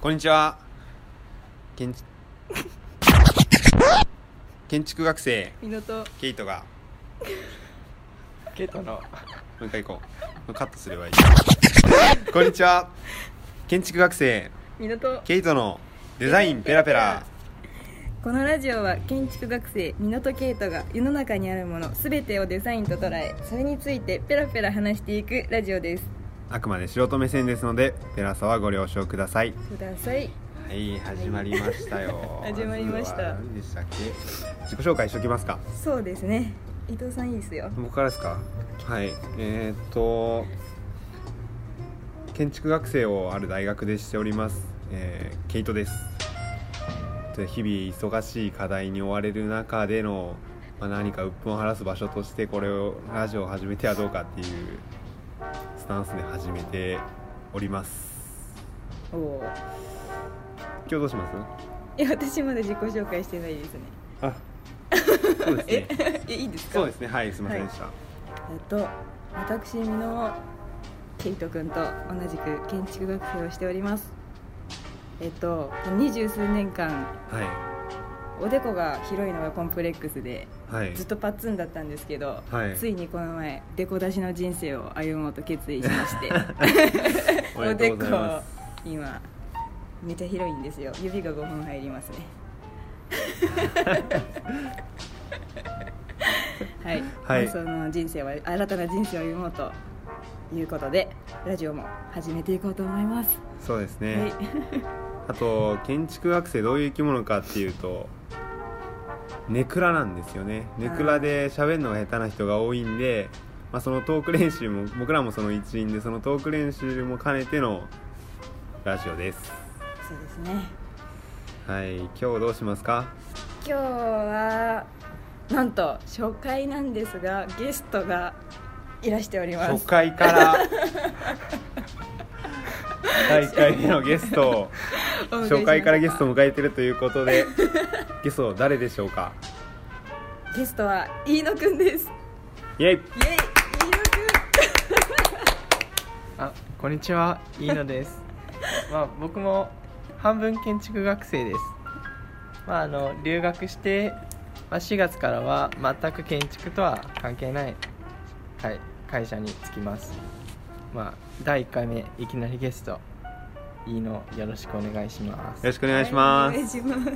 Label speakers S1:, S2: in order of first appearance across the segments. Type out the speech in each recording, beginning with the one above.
S1: こんにちは建 築建築学生
S2: みのと
S1: ケイトが
S3: ケイトの
S1: もう一回行こうカットすればいいこんにちは建築学生
S2: みのと
S1: ケイトのデザインペラペラ
S2: このラジオは建築学生みのとけいとが世の中にあるものすべてをデザインと捉えそれについてペラペラ話していくラジオです
S1: あくまで素人目線ですのでペラさはご了承ください
S2: ください
S1: はい始まりましたよ
S2: 始まりました
S1: ずは何でしたっけ自己紹介しときますか
S2: そうですね伊藤さんいいですよ
S1: 僕からですかはいえーっと建築学生をある大学でしております、えーケイトですで日々忙しい課題に追われる中での、まあ、何か鬱憤を晴らす場所としてこれをラジオを始めてはどうかっていうスタンスで始めております
S2: おお
S1: 今日どうします
S2: いや私まだ自己紹介してないですね
S1: あそうですね
S2: えいいですか
S1: そうですねはいすいませんでした、
S2: えっと私みのケイト君と同じく建築学生をしておりますえっと二十数年間
S1: は
S2: おでこが広いのがコンプレックスで
S1: いはい
S2: ずっとパッツンだったんですけど、
S1: はい
S2: ついにこの前デコ出しの人生を歩もうと決意しまして おで
S1: めでとう
S2: こ
S1: ございます
S2: 今めちゃ広いんですよ指が5本入りま すねはい、
S1: はい
S2: その人生は新たな人生を歩もうということでラジオも始めていこうと思います、
S1: そうですね、
S2: はい、
S1: あと建築学生どういう生き物かっていうとネクラなんですよねネクラで喋るのが下手な人が多いんで、まあ、そのトーク練習も僕らもその一員でそのトーク練習も兼ねてのラジオです
S2: そうですね
S1: はい今日どうしますか
S2: 今日はなんと初回なんですがゲストがいらしておりま
S1: 初
S2: す
S1: 回から第1回目のゲストを
S2: お迎えしました
S1: 初回からゲストを迎えてるということでゲスト誰でしょうか
S2: ゲストは飯野くんです
S1: イエイ
S2: イエイ飯野
S3: あこんにちは飯野ですまあ僕も半分建築学生ですまああの留学して、まあ、4月からは全く建築とは関係ない、はい、会社に就きますまあ第1回目いきなりゲスト飯野よろしくお願いしま
S1: よろ
S3: す
S1: しくお
S2: くん
S1: 願いします、
S2: はいお願いします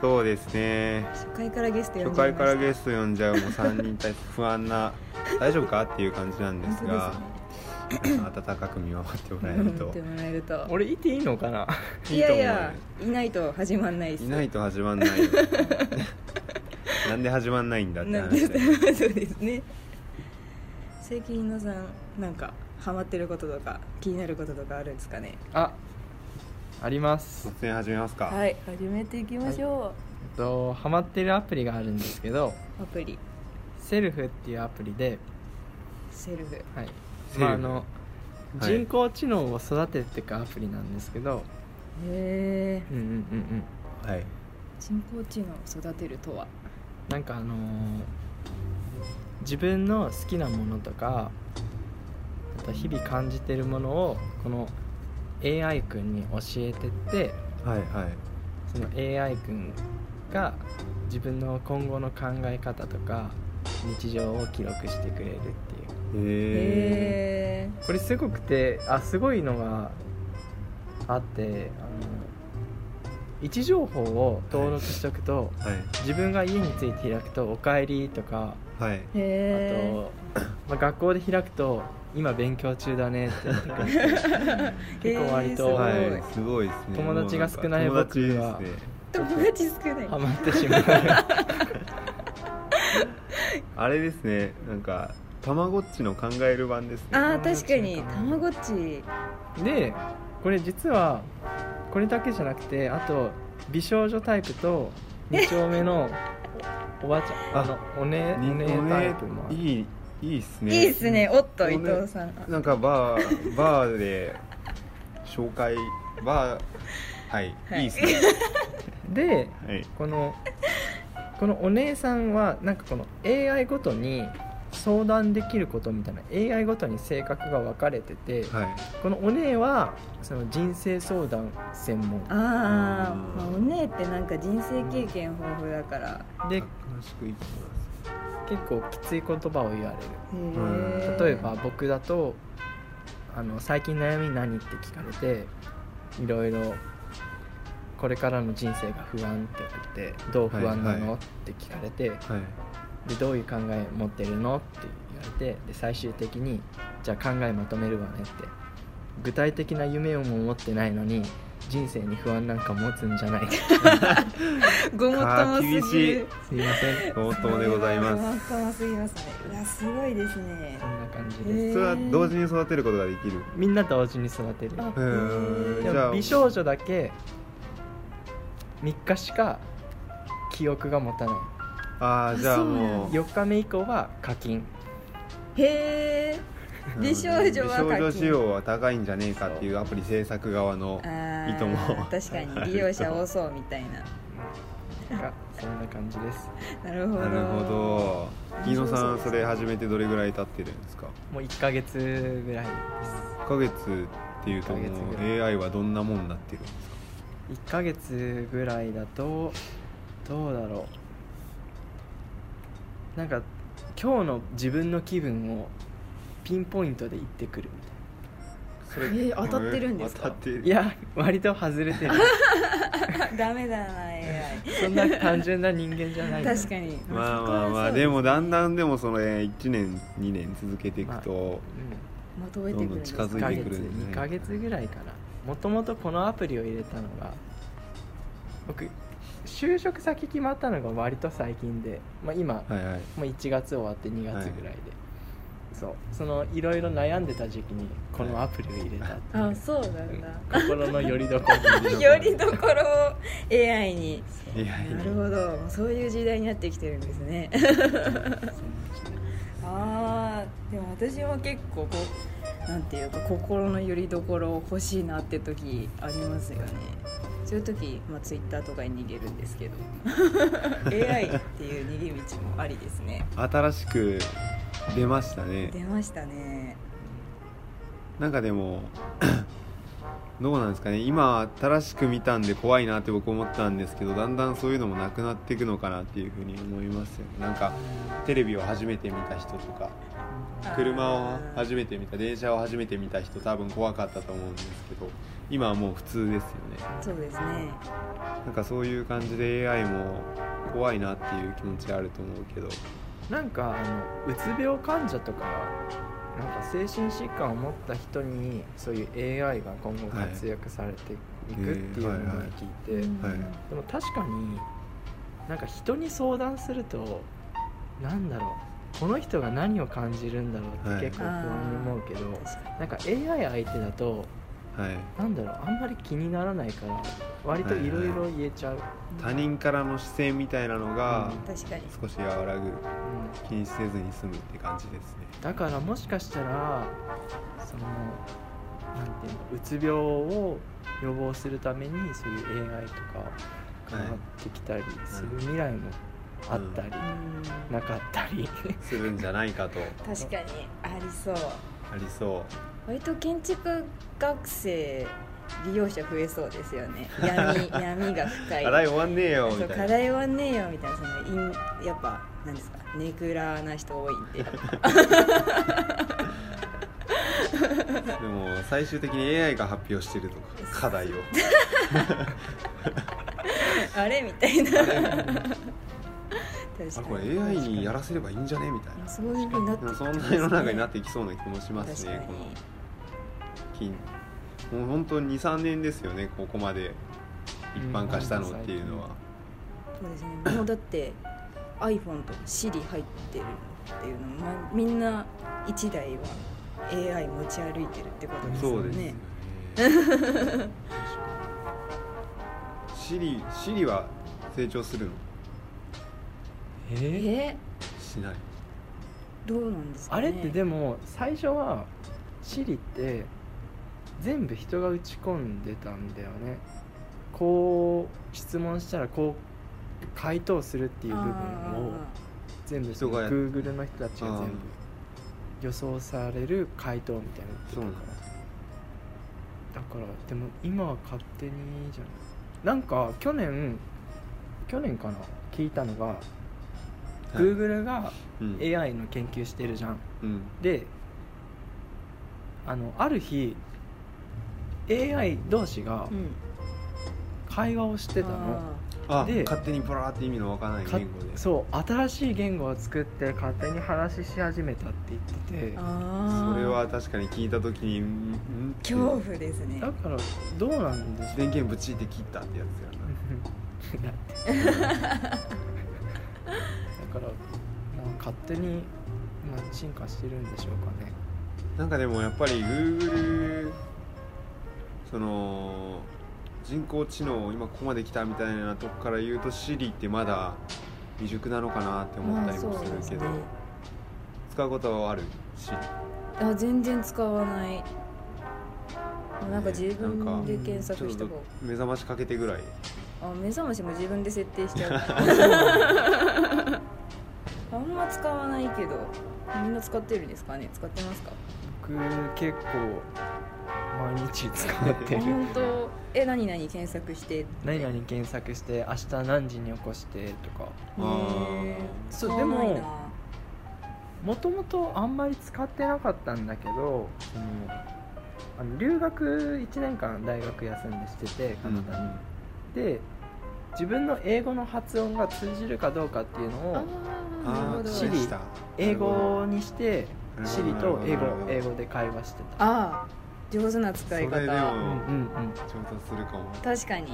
S1: そうですね
S2: 初回からゲスト呼ん
S1: 初
S2: じゃ
S1: 回
S2: いまし
S1: か
S2: た
S1: らゲスト呼んじゃうもう3人対不安な大丈夫かっていう感じなんですが
S2: 本
S1: なんか温かく見守ってもらえ
S2: 当
S1: る
S2: ですね
S1: と
S2: ってもらえると
S3: 俺いていいのかない
S2: やいやいないと始まんないです
S1: いないと始まんない よなんで始まんないんだって
S2: なんで
S1: 話
S2: そう
S1: だよ
S2: ですね最近飯野さんなんかハマってることとか気になることとかあるんですかね
S3: ああります
S1: 突然始めますか、
S2: はい始めていきましょ
S3: えっとハマってるアプリがあるんですけど
S2: うアプリ
S3: セルフっていうアプリで、
S2: セルフ
S3: はい
S1: セルフ
S3: まあ、あの
S1: はい
S3: 人工知能を育てていくアプリなんですけど、
S2: へえ
S3: うんうんうんうん、
S1: はい
S2: 人工知能を育てるとは
S3: なんかあのー自分の好きなものとかあと日々感じてるものをこの AI 君に教えてって
S1: はいはい
S3: その AI 君が自分の今後の考え方とか日常を記録してくれるっていう
S1: へえ
S2: へえ
S3: これすごくてあすごいのがあってあの位置情報を登録しておくと、
S1: は
S3: 自分が家について開くと「おかえり」とか
S1: いはい
S3: あ
S2: へ
S3: と、まあ、学校で開くと「今勉強中だね」って言ってくれて
S2: え
S3: 結構割
S2: ーす
S3: と
S2: ごい
S1: はいすごいですね
S3: 友達が少ない
S1: もうなんか友
S3: 僕は
S1: 達ですね
S2: 友達少ない
S3: ハマってしまう
S1: あれですねなんかたまごっちの考える版ですね
S2: あー
S3: 友達
S2: 確かに
S3: かな
S2: たまごっち
S3: でこれ実はこれだけじゃなくてあと美少女タイプと2丁目のおおばあちゃんあのおねおねタイプもある
S1: いいいいっす
S2: い
S1: ね
S2: いっすねおっと
S1: ね
S2: 伊藤さん
S1: なんかバーバーで紹介バーはい、、
S2: はいい
S1: いっすね
S3: で
S1: はい
S3: このこのお姉さんはなんかこの AI ごとに相談できることみたいな AI ごとに性格が分かれてて、
S1: はい
S3: このお姉はその人生相談専門
S2: ああ、
S1: うん
S2: まあ、お姉ってなんか人生経験豊富だから
S3: で
S1: 楽しく生きて
S3: 結構きつい言葉を言わ
S2: へ
S3: れる
S2: え
S3: 例えば僕だとあの「最近悩み何?」って聞かれていろいろ「これからの人生が不安」って言って「どう不安な
S1: は
S3: の
S1: いはい
S3: って聞かれて
S1: ますはい
S3: で「どういう考え持ってるの?」って言われてで最終的に「じゃあ考えまとめるわね」って具体的な夢をも持ってないのに人生に不安なんか持つんじ ゃない
S2: ごもっともすぎ
S1: 厳しい
S2: る
S3: すいません
S1: ごもっともでございます
S2: すごもっともすぎますねうわすごいですね
S3: そんな感じ
S2: へ
S3: で
S1: そ
S2: ー
S3: す
S1: れは同時に育てることができる
S3: みんな同時に育てる
S2: あ
S1: へー
S2: へ
S3: で
S1: じゃあ
S3: も美少女だけ3日しか記憶が持たない
S1: ああじゃあもう
S3: 4日目以降は課金
S2: へえ
S1: うん
S2: 美少女は課金
S1: 美少女仕様は高いんじゃねえかっていうアプリ制作側の
S2: あー
S1: いいと思う
S2: 確かに利用者多そうみたいな
S3: がそんな感じです
S2: なるほど
S1: なるほど飯野さ
S2: 面白そうで
S1: ん
S2: す
S1: それ始めてどれぐらい経ってるんですか
S3: もう1ヶ月ぐらいです
S1: 1ヶ月っていうとも
S3: 一ヶ月
S1: う
S3: ぐら
S1: AI はどんなもんになってるんですか
S3: 1ヶ月ぐらいだとどうだろうなんか今日の自分の気分をピンポイントで言ってくるみたいな
S1: そ
S2: えー当たってるんですか
S1: 当たってる
S3: いや割と外れてる
S2: ダメだな AI
S3: そんな単純な人間じゃない
S2: 確かに
S1: まあまあまあ
S2: そこはそう
S1: でもだんだんでもその1年2年続けていくと、
S3: うん
S2: まとめてくるんですか
S1: どんどん
S3: 1
S1: 近づ
S3: ヶ
S1: いてくる
S3: 月
S1: んですね
S3: 2ヶ月ぐらいかなもともとこのアプリを入れたのが僕就職先決まったのが割と最近で、まあ、今、
S1: はいはい
S3: もう1月終わって2月ぐらいで、そうそのいろいろ悩んでた時期にこのアプリを入れたっていう
S2: あそうなんだ
S3: 心のよりどころ に
S2: よりどころを AI に
S1: いやいや
S2: なるほどもうそういう時代になってきてるんですねああでも私も結構こうなんていうか心のよりどころ欲しいなって時ありますよねそういう時、まあ、Twitter とかに逃げるんで すけど AI っていう逃げ道もありですね
S1: 新しく出ましたね
S2: 出ましたね
S1: なんかでも どうなんですかね今新しく見たんで怖いなって僕思ったんですけどだんだんそういうのもなくなっていくのかなっていうふうに思いますよねなんかテレビを初めて見た人とか車を
S2: あー
S1: 初めて見た電車を初めて見た人多分怖かったと思うんですけど今はもう普通ですよね
S2: そうですね
S1: なんかそういう感じで AI も怖いなっていう気持ちがあると思うけど
S3: なんかあのうつ病患者とかなんか精神疾患を持った人にそういう AI が今後活躍されていくっていうのを聞いて、
S2: うん
S1: はい
S3: でも確かになんか人に相談するとなんだろうこの人が何を感じるんだろうって結構不安に思うけど、
S2: 確かに
S3: なんか AI 相手だと
S1: はい
S3: なんだろうあんまり気にならないから割といろいろ言えちゃう、
S1: 他人からの視線みたいなのが
S2: 確かに
S1: 少し和らぐ
S3: うん
S1: 気にせずに済むって感じですね
S3: だからもしかしたらそのなんていうのうつ病を予防するためにそういう AI とかが
S1: はい
S3: なってきたりする未来もあったり、
S2: うん
S3: なかったり
S1: するんじゃないかと
S2: 確かにありそ
S1: あ
S2: う
S1: りそ
S2: 割と建築学生利用者増えそうですよね闇闇が
S1: う
S2: 深 い
S1: 課題終わんねえよ
S2: そ
S1: み
S2: う
S1: たい
S2: 課
S1: な
S2: 題はねえよみたいなそのインやっぱなんですかネクラな人多いんで
S1: でも最終的に AI が発表してるとか課題を
S2: あれみたいな確
S1: あ
S2: かに
S1: これ AI にやらせればいいんじゃねみたいな
S2: そういうふうになって
S1: でも
S2: き
S1: そ
S2: てます
S1: ん
S2: ね
S1: な世の中になっていきそうな気もします
S2: 確
S1: ね
S2: かに
S1: この金もう本当に23年ですよねここまで一般化したのっていうのは、
S2: そうですねもうだって iPhone と Siri 入ってるっていうのも、まみんな1台は AI 持ち歩いてるってことです
S1: そ
S2: よ
S1: うですよ
S2: ね
S1: ね シリシリは成長するの
S3: え
S2: え
S1: しない
S2: どうなんですか、
S3: あ
S2: ね、
S3: れってでも最初は Siri って全部人が打ち込んでたんだよねこう質問したらこう回答するっていう部分を
S2: あ
S3: 全部その
S1: 人がや
S3: Google の人たちが全部
S1: あー
S3: 予想される回答みたいなのってた
S1: そう
S3: か
S1: な
S3: ら
S1: んだ
S3: だからでも今は勝手にじゃないなんか去年去年かな聞いたのが、Google が
S1: うん
S3: AI の研究してるじゃん
S1: うん
S3: であのある日 AI 同士が
S2: うん
S3: 会話をしてたの、
S1: あ
S3: で
S1: 勝手にボラーって意味のわからない
S3: か
S1: 言語で
S3: そう新しい言語を作って勝手に話しし始めたって言ってて
S2: あーあー
S1: それは確かに聞いた時に「んん?」って
S2: 恐怖ですね
S3: だからどうなんでしょ
S1: 電源ぶちって切ったってやつやな
S3: う だってだから、まあ、勝手に、まあ、進化してるんでしょうかね
S1: なんかでもやっぱり Google その人工知能今ここまで来たみたいなとこから言うと Siri ってまだ未熟なのかなって思ったりもする
S2: まあそう
S1: け
S2: です
S1: ど、
S2: ね
S1: 使うことはある Siri
S2: あ全然使わないもうなんか自
S1: なん
S2: 分
S1: か
S2: で検
S1: ちょ
S2: 索
S1: っ
S2: した
S1: と
S2: 方が
S1: 目覚ましかけてぐらい
S2: あ目覚ましも自分で設定しちゃう あんま使わないけどみんな使ってるんですかね使ってますか
S3: 僕結構毎日使って
S2: あ
S3: る
S2: 本当え何何検索して
S3: 何々検索して明日何時に起こしてとか
S1: あー
S2: へー
S3: そう
S2: 使わないな
S3: でももともとあんまり使ってなかったんだけどそのあの留学1年間大学休んでしててカナダに、で自分の英語の発音が通じるかどうかっていうのを
S2: あーなる
S1: あ
S2: ほ
S1: あ
S2: ど
S1: Siri でした
S3: 英語にして
S1: なるほ
S3: シ
S1: ど
S3: リと英
S1: なるほ
S3: 語
S1: ど
S3: 英語で会話してた
S2: あー上手な使い
S1: それで
S2: 方
S3: うんう
S1: も
S3: んうん
S1: 上達するかも
S2: 確かに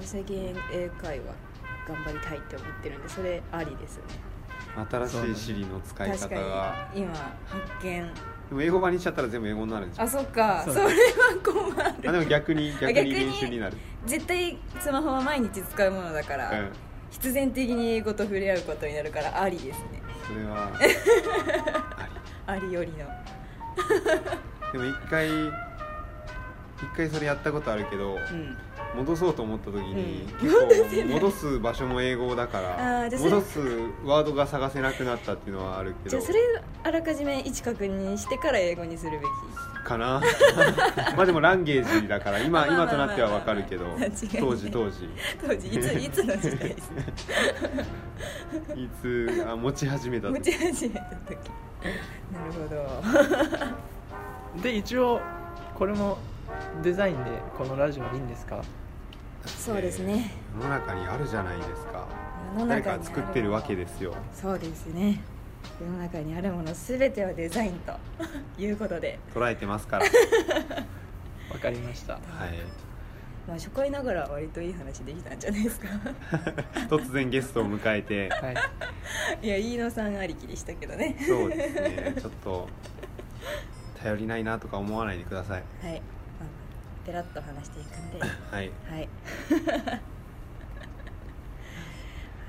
S2: 最近英会話頑張りたいって思ってるんでそれありですね
S1: 新しい Siri の使い方
S2: 確
S1: が
S2: かに今発見
S1: でも英語版にしちゃったら全部英語になるんじゃ
S2: あ
S1: ん
S2: そっか
S3: そ
S2: そうれは
S1: あ
S2: 困
S1: で
S2: る
S1: も逆に逆
S2: 逆
S1: に
S2: に
S1: 練習になる、
S2: 絶対スマホは毎日使うものだか
S1: う
S2: ら、
S1: ん、
S2: 必然的に英語と触れ合うことになるからありですね
S1: それ はあ
S2: ありよりの
S1: りでも一回一回それやったことあるけど、
S2: うん
S1: 戻そうと思った時に、
S2: うん
S1: 結構戻す場所も英語だから
S2: あーじゃあそれ
S1: 戻すワードが探せなくなったっていうのはあるけ
S2: じゃ
S1: ど
S2: あそれあらかじめ位置確認してから英 語にするべき
S1: かな まあでもランゲージだから今
S2: まあまあ
S1: 今
S2: まあ
S1: となってはわかるけど
S2: 間違いない
S1: 当時当時
S2: 当時いついつの時代です か
S1: いつあ持ち始めた
S2: 持
S1: 時
S2: ち始めた時なるほ ど
S3: で一応これもデザインでこのラジオはいいんですか
S2: そうですね、
S1: えー世の中にあるじゃないですか
S2: 世の
S1: 誰
S2: 中にあ
S1: か
S2: る
S1: 作ってるわけですよ
S2: そうですね世の中にあるもの全てはデザインと いうことで、
S1: 捉えてます から
S3: わかりました
S1: はい
S2: まあ、初回ながら割といい話できたんじゃないですか
S1: 突然ゲストを迎えて
S3: はい
S2: いや飯野さんありきでしたけどね
S1: そうですねちょっと頼りないなとか思わないでください
S2: はいまあペラッと話していくんでは
S1: はい
S2: い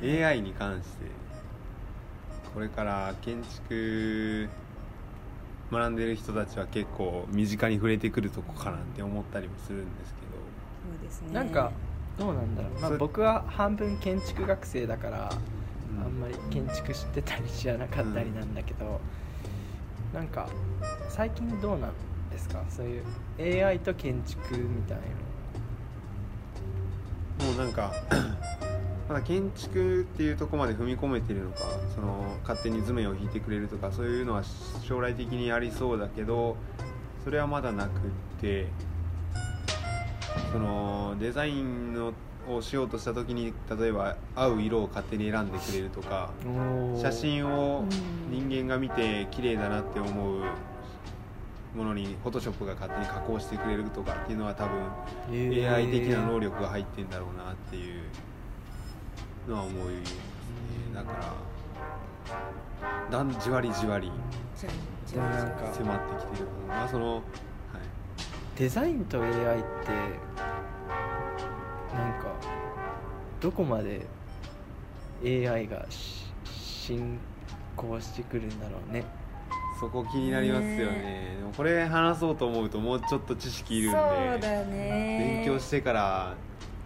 S1: AI に関してこれから建築学んでる人たちは結構身近に触れてくるとこかなって思ったりもするんですけど
S2: そうですね
S3: なんかどうなんだろう、まあ、
S1: それ
S3: 僕は半分建築学生だから、
S1: うん
S3: あんまり建築知ってたり知らなかったりなんだけど、なんか最近どうなんですかそういう AI と建築みたい
S1: もうなんか まだ建築っていうとこまで踏み込めてるのかその勝手に図面を引いてくれるとかそういうのは将来的にありそうだけどそれはまだなくってそのデザインのをしようとした時に例えば合う色を勝手に選んでくれるとか
S3: な
S1: 写真を
S2: うん
S1: 人間が見て綺麗だなって思うものにフォトショップが勝手に加工してくれるとかっていうのは多分 AI 的な能
S3: 力
S1: 力が入ってんだろうなっていうのは思いますねだからだんじわりじわり
S2: じゃあ
S3: でもなん
S1: 迫っ
S3: か
S1: てきてるかなまあその、はい、
S3: デザインと AI ってなんかどこまで AI がし進行してくるんだろうね
S1: そこ気になりますよね
S2: ね
S1: でもこれ話そうと思うともうちょっと知識いるんで
S2: そうだね
S1: 勉強してから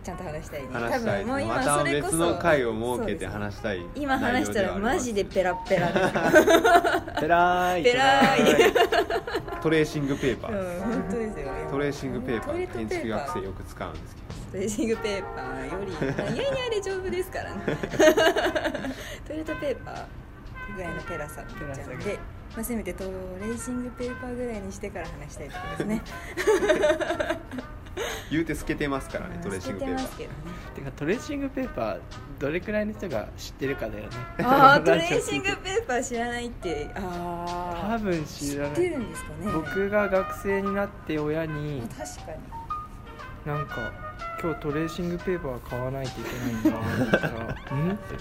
S2: ちゃんと話したいね
S1: 話したい
S2: 多分もう今
S1: ま
S2: そ
S1: た
S2: れこそ
S1: 別の回を設けて
S2: そうです
S1: 話したい
S2: 今話したらマジでペラッペラです
S1: ペラーい
S2: ペラ
S1: ーいトレーシングペーパ
S2: う
S1: ー、
S2: ん本当ですよ
S1: トレーシングペーパ
S2: トレ
S1: ー
S2: ートペ
S1: 建
S2: ーパー
S1: 築学生よく使うんですけど
S2: トレーシングペーパーよりいやいやで丈夫ですからね トイレットペーパーぐらいのペラさ
S3: ペラ
S2: ち
S3: さ
S2: ゃん
S3: が
S2: で、まあ、せめてトレーシングペーパーぐらいにしてから話したいところですね
S1: 言うて透けてますからねトレーシングペーパ
S2: 透けてますけどね
S3: てかトレーシングペーパーどれくらいの人が知ってるかだよね
S2: ああトレーシングペーパー知らないってあ
S3: 多
S2: あ
S3: 分知ら
S2: 知っ
S3: な
S2: て
S3: い
S2: るんですかね
S3: 僕が学生になって親に
S2: あ確かに
S3: なんか今日トレーシングペーパー買わないといけないんだって言 ったらんって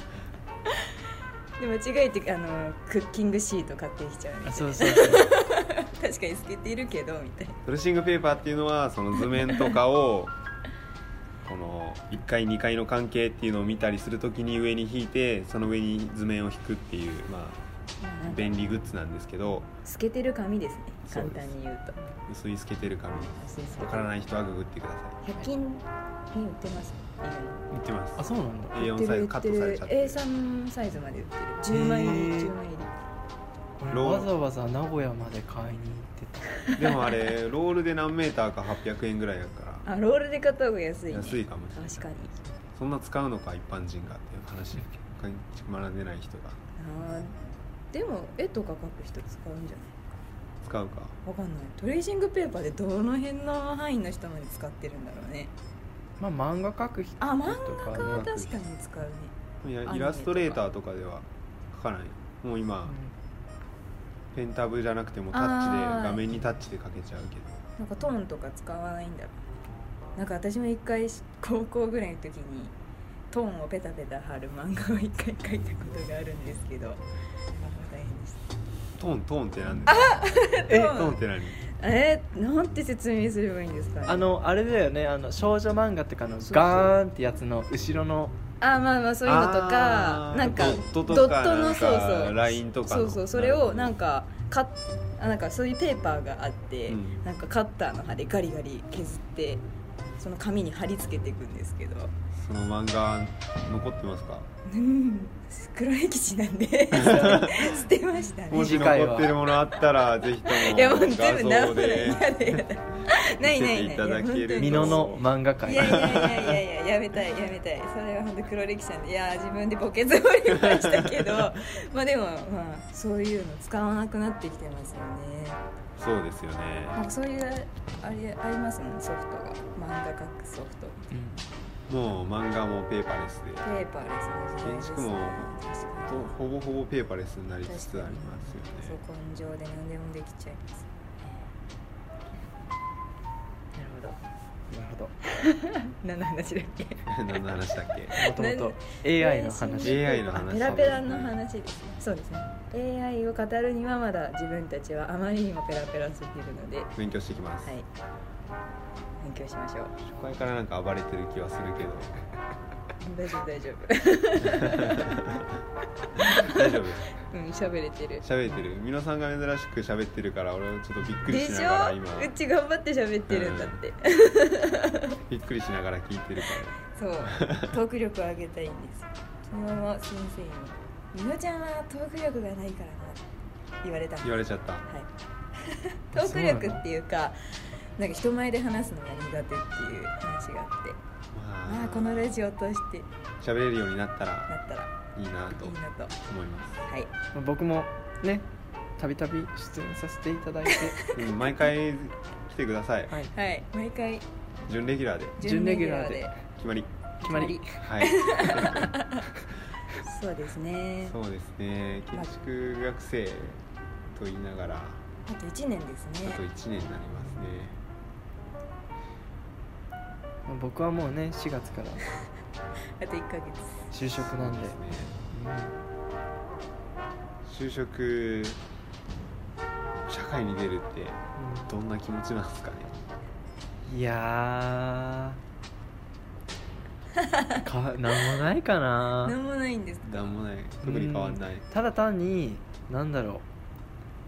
S2: で間違えてあのクッキングシート買ってきちゃうみたい
S3: あ
S2: な
S3: そうそうそう
S2: 確かに透けているけどみたいな
S1: ートレーシングペーパーっていうのはその図面とかを この1階2階の関係っていうのを見たりするときに上に引いてその上に図面を引くっていうまあ
S2: なんか
S1: 便利グッズなんですけど
S2: 透けてる紙ですね
S1: そう
S2: 簡
S1: です
S2: 単に言うと
S1: 薄い透けてる紙わからない人はググってください
S2: 100均に売ってます
S1: 言ってます
S3: あそうなんだ
S2: 意
S1: A4
S2: 外
S1: サイズカットされちゃってる
S2: A3 サイズまで売ってる10枚入り10枚入り
S3: 俺
S1: ロー
S3: わざわざ名古屋まで買いに行って
S1: でもあれロールで何メーターか800円ぐらいだか
S2: あロールで買った方が安い
S1: ら
S2: ね
S1: 安いかもしれない
S2: 確かに
S1: そんな使うのか一般人がっていう話だけど建築学んでない人が
S2: あーでも絵とか描く人使うんじゃない
S1: 使うか
S2: わかんないトレーシングペーパーでどの辺の範囲の人まで使ってるんだろうね
S3: たまあ漫画描く人と
S2: あ
S3: か
S2: 漫
S3: ね
S2: 画家は確かに使うね
S1: いや
S2: アニメとか
S1: イラストレーターとかでは書かないもう今、ペンタブじゃなくてもタッチで
S2: あー
S1: 画面にタッチで書けちゃうけど
S2: なんかトーンとか使わないんだろうなんか私も一回高校ぐらいの時にトーンをペタペタ貼る漫画を一回描いたことがあるんです けどあの大変でし
S1: トーントーンって何ですか
S2: え
S1: トーンって何
S2: たえー、なんて説明すればいいんですか、ね、
S3: あのあれだよねあの少女漫画とかの
S2: そう
S3: ガーンってやつの後ろの
S2: あまあまあそういうのとか
S1: あー
S2: なんか
S1: ドットとか
S2: ドッ
S1: な
S2: トの
S1: ん
S2: そ
S1: か
S2: うそう
S1: ラインとかの
S2: そうそうそれをなんかカッあなんかそういうペーパーがあって、
S1: うん
S2: なんかカッターの刃でガリガリ削ってその紙に貼り付けていくんですけど
S1: その漫画残ってますか
S2: うん黒歴史な んで捨てました
S1: も
S2: ね
S1: し残ってるものあったらぜひとも
S2: いやもう全部
S1: 画像
S2: 直さない
S1: で
S2: やだやだないないない
S1: 見せていただけると
S3: 美濃の漫画
S2: い
S3: 界
S2: やいやいやいやいややめたいやめたいそれは本当黒歴史なんでいや自分でボケつもりましたけど まあでもまあそういうの使わなくなってきてますよね
S1: そうですよね
S2: なんかそういうあれありますもんソフトが漫画描くソフト
S3: うん
S1: もう漫画もペーパーレスで
S2: ペーパーですね
S1: 建築も
S2: 確かに
S1: とほぼほぼペーパーレスになりつつありますよ
S2: そう
S1: ね
S2: 根性で何でもできちゃいます
S3: なるほど。なるほど。
S2: 何の話だっけ
S1: 何の話だっけ
S3: もともと AI の話。
S1: AI の話
S2: ペラペラの話ですねそうですね AI を語るにはまだ自分たちはあまりにもペラペラすぎるのでは
S1: 勉強してきます、
S2: い勉強しましょう
S1: 初回からなんか暴れてる気はするけど
S2: 大丈夫大丈夫
S1: 大丈夫
S2: うん喋れてる
S1: 喋ってる美濃さんが珍しく喋ってるから俺はちょっとびっくり
S2: で
S1: し
S2: し
S1: な
S2: ょ
S1: がら今
S2: うち頑張って喋ってるんだって、
S1: びっくりしながら聞いてるか
S2: そうトーク力を上げたいんですそのまま先生に「みのちゃんはトーク力がないからな」言われた
S1: ら言われちゃった
S2: はい トーク力っていうかなんか人前で話すのが苦手っていう話があってま
S1: ま
S2: あこのラジオを通してな
S1: 喋れるようになったら
S2: ったら
S1: いいないと
S2: いなと
S1: 思います
S2: はい
S3: 僕もね、たびたび出演させていただいて、
S1: うん毎回来てください
S3: はい、
S2: はい毎回
S1: 準レギュラーで
S2: 準レギュラー
S3: 準レ
S2: で
S3: ギュラ
S1: 決まり
S3: 決まり。
S1: はい
S2: そうですね
S1: そうですね建築学生と言いながらあ
S2: あと1年ですね
S1: と1年になりますね
S3: 僕はもうね、4月から
S2: あと1ヶ月
S3: 就職なんで。
S1: そうですね
S3: うん
S1: 就職社会に出るってどんな気持ちなんですかね
S3: うんいやー。か、なんもないかな。
S2: 何もないんです
S1: なんもない特に変わんない、
S3: ただ単に、なんだろ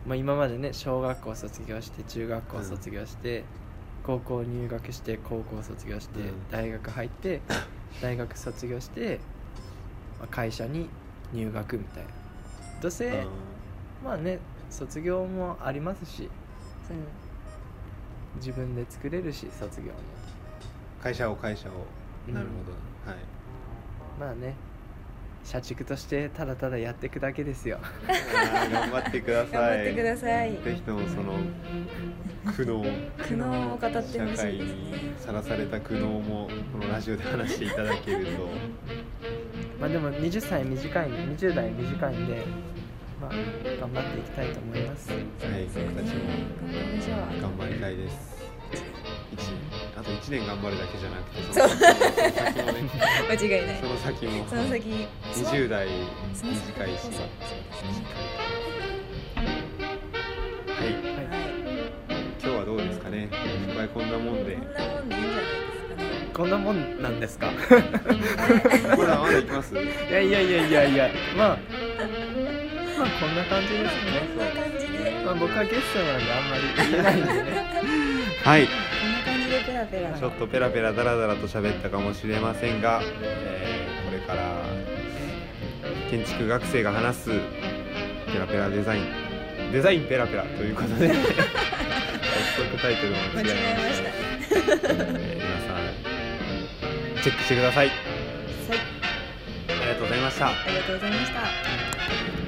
S3: う。まあ、今までね小学校卒業して中学校卒業して、高校入学して高校卒業して、
S1: うん
S3: 大学入って大学卒業して、まあ会社に入学みたいなどうせ、
S1: うん
S3: まあね卒業もありますし
S2: そう
S3: 自分で作れるし卒業も
S1: 会社を会社を、
S3: うん
S1: なるほどはい
S3: まあね社畜としてただただやっていくだけですよ
S1: あー頑張ってくだ
S2: 頑
S1: さ
S2: 張
S1: い
S2: ってください
S1: ぜひともその苦悩
S2: 苦悩を語ってほしいで
S1: 社
S2: す
S1: 会に
S2: ね
S1: さらされた苦悩もこのラジオで話していただけると
S3: まあでも20歳短いんで20代短いんでまあ頑張っていきたいと思います
S1: はい僕たちも
S2: 頑張りましょう
S1: 頑張りたいです一あと1年頑張るだけじゃなくて
S2: そう
S1: その先もね
S2: 間違いない
S1: その先も
S2: その先
S1: 20代
S2: その先
S1: 短いし
S2: そうそうそうですね
S1: はい
S3: はい
S2: は
S1: 今日はどうですかね失敗こんなもん
S2: い
S1: で
S2: こんなもんでいいんじゃない
S3: こんなもんなんですか
S2: ですかね
S1: これはまだいきます
S3: いやいやいやいやいやまあまあこんな感じですね、
S2: こんな感じで
S3: まあ、僕はゲストなんであんまり言えないんでね
S1: はい
S2: こんな感じでペラペラ
S1: ちょっとペラペラダラダラと喋ったかもしれませんが、えーこれから建築学生が話すペラペラデザインデザインペラペラということで早速タイトルを
S2: 間
S1: 間
S2: 違
S1: 違
S2: え
S1: え
S2: ま
S1: ま
S2: し
S1: したた
S2: ね
S1: えー皆さんチェックしてください
S2: はい
S1: ありがとうございました
S2: ありがとうございました